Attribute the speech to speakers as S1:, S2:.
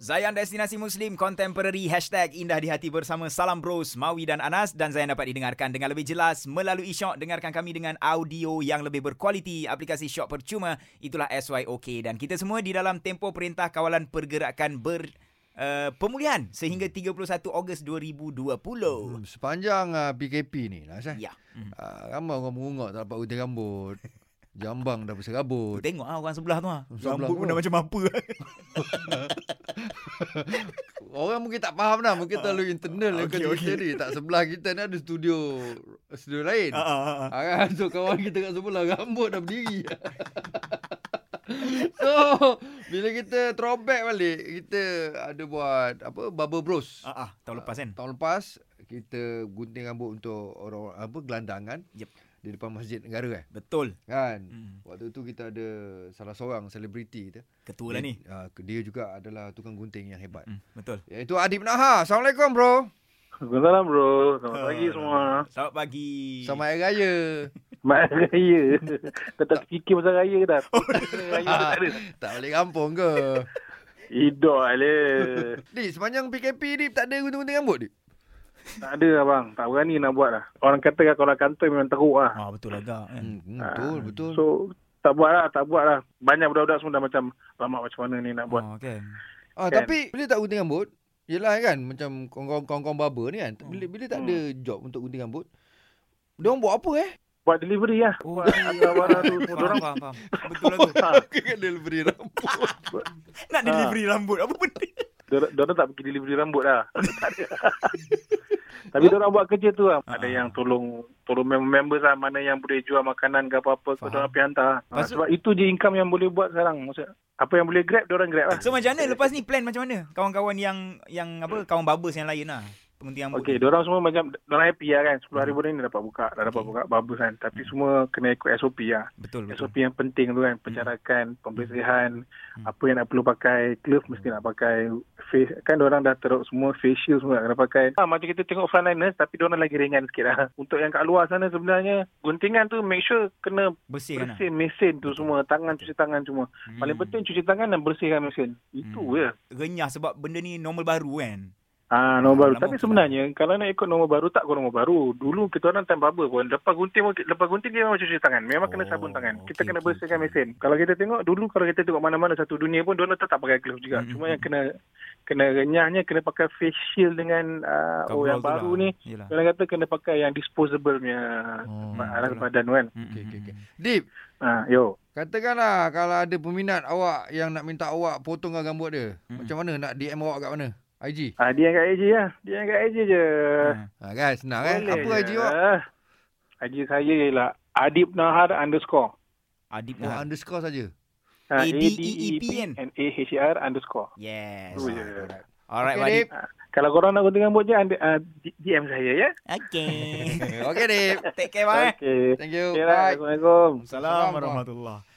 S1: Zayan Destinasi Muslim Contemporary Hashtag Indah di Hati bersama Salam Bros, Mawi dan Anas Dan Zayan dapat didengarkan dengan lebih jelas Melalui Shock Dengarkan kami dengan audio yang lebih berkualiti Aplikasi Shock percuma Itulah SYOK Dan kita semua di dalam tempoh Perintah Kawalan Pergerakan Ber... Uh, pemulihan sehingga 31 Ogos 2020.
S2: Hmm, sepanjang uh, PKP ni lah Syah.
S1: Ya.
S2: Hmm. Uh, ramai orang merungok tak dapat gunting rambut. Jambang dah besar rabut.
S1: Tengok ah orang sebelah tu ah.
S2: Sebelah
S1: Rambut pun
S2: tu.
S1: dah macam apa.
S2: Orang mungkin tak faham lah. Mungkin terlalu internal lah
S1: Ah, Okey,
S2: okay, kita
S1: okey.
S2: ni. Tak sebelah kita ni ada studio studio lain.
S1: Ah, ah, ah.
S2: Ah, so kawan kita kat sebelah rambut dah berdiri. so, bila kita throwback balik, kita ada buat apa Barber Bros.
S1: Ah, ah, tahun lepas kan.
S2: Tahun lepas kita gunting rambut untuk orang apa gelandangan
S1: Yep.
S2: di depan Masjid Negara eh.
S1: Betul.
S2: Kan.
S1: Hmm.
S2: Waktu tu kita ada salah seorang selebriti kita.
S1: Ketua lah
S2: Dia-
S1: ni.
S2: ah, dia juga adalah tukang gunting yang hebat.
S1: Hmm, betul.
S2: Iaitu Adib Naha. Assalamualaikum bro.
S3: Assalamualaikum bro.
S1: Ah.
S3: Selamat pagi semua.
S1: Selamat pagi.
S2: Selamat Hari Raya.
S3: Mak raya. Dah tak fikir pasal raya dah. raya tu tak ada.
S2: tak balik kampung ke?
S3: Hidup le.
S2: Di sepanjang PKP ni tak ada gunting-gunting rambut ni.
S3: Tak ada abang. Tak berani nak buat lah. Orang kata kan kalau kantor memang teruk lah.
S1: Ah betul lah gak kan.
S2: Hmm, betul,
S3: Ah,
S2: betul.
S3: So tak buat lah. Tak buat lah. Banyak budak-budak semua dah macam lama macam mana ni nak buat.
S1: Oh, kan.
S2: Ah,
S3: Kan?
S2: tapi bila tak gunting rambut, yelah kan macam kawan-kawan barber ni kan. Bila bila tak
S3: Hmm.
S2: ada job untuk gunting rambut, dia orang buat apa eh?
S3: Buat delivery lah.
S1: Oh,
S3: Buat barang tu semua
S1: faham,
S3: orang.
S1: faham, faham. Betul lah tu.
S3: Ha,
S2: Kan delivery rambut.
S3: Ah.
S1: Nak delivery rambut apa benda?
S3: Dor- Dorang tak pergi delivery rambut lah. Tak ada. Tapi dorang buat kerja tu lah. Ada
S1: Ah.
S3: yang tolong tolong mem- members lah. Mana yang boleh jual makanan ke apa-apa ke.
S1: Faham. Ah.
S3: Dorang pergi hantar. lah. Ha,
S1: Lepas tu-
S3: sebab itu je income yang boleh buat sekarang. Maksud, apa yang boleh grab, dorang grab lah.
S1: So macam mana lepas ni plan macam mana? Kawan-kawan yang yang apa kawan barbers yang lain lah. Pengunting rambut.
S3: Okey,
S1: tu.
S3: dorang semua macam dorang happy lah kan. 10
S1: Hmm.
S3: hari bulan ni dapat buka, dah dapat
S1: Okey.
S3: buka barbers kan.
S1: Hmm.
S3: Tapi semua kena ikut SOP lah.
S1: betul betul.
S3: SOP yang penting tu kan, penjarakan, pembersihan, apa yang nak perlu pakai, glove mesti nak pakai, face, kan orang dah teruk semua, facial semua nak kena pakai. Ha, macam kita tengok frontliners tapi orang lagi ringan sikit lah. Untuk yang kat luar sana sebenarnya, guntingan tu make sure kena
S1: Bersih kan.
S3: bersih mesin tu semua, tangan cuci tangan semua. Paling
S1: Mm.
S3: penting cuci tangan dan bersihkan mesin. Itu
S1: Hmm.
S3: je.
S1: renyah sebab benda ni normal baru kan.
S3: Ah, nombor baru.
S1: Lama
S3: Tapi
S1: pula.
S3: sebenarnya kalau nak ikut nombor baru tak kau nombor baru. Dulu kita orang time barber pun lepas gunting pun- lepas gunting dia memang cuci tangan.
S1: Oh,
S3: Memang kena sabun tangan.
S1: okey,
S3: Kita kena
S1: okey,
S3: bersihkan
S1: okey.
S3: mesin. Kalau kita tengok dulu kalau kita tengok mana-mana satu dunia pun dia orang tetap pakai glove juga.
S1: Mm-mm.
S3: Cuma yang kena kena renyahnya kena pakai face shield dengan uh, oh
S1: Coverall
S3: yang
S1: tu
S3: baru
S1: lah.
S3: ni.
S1: Yalah.
S3: Orang kata kena pakai yang disposable punya
S1: Hmm,
S2: Oh,
S3: alas
S1: betul lah.
S3: badan tu kan.
S2: Okey, okey, okey.
S1: Mm-mm.
S2: Dip,
S3: Ah, yo.
S2: katakanlah kalau ada peminat awak yang nak minta awak potongkan rambut dia.
S1: Hmm.
S2: Macam mana nak DM awak kat mana? IG.
S3: Ah, dia yang kat IG lah. Dia yang kat IG je.
S1: Ha.
S2: Ha kan senang kan?
S3: Boleh
S2: Apa IG
S3: je.
S2: awak?
S3: IG saya ialah Adib Nahar underscore.
S1: Ah, Adib lah.
S2: Oh,
S1: Nahar.
S2: underscore saja.
S3: Ah,
S2: E kan?
S1: A-D-E-E-P-N.
S3: and A-H-E-R underscore.
S1: Yes.
S3: Oh, ya.
S1: Alright,
S2: Okey,
S1: Wadib.
S2: Dip.
S3: Kalau korang nak gunting rambut je, anda, uh, DM saya ya.
S1: Okay.
S2: Okey, Dip.
S1: Take care, bye.
S3: Okey.
S2: Thank you.
S3: Okay,
S2: Bye.
S3: lah. Assalamualaikum.
S2: Assalamualaikum.
S1: warahmatullahi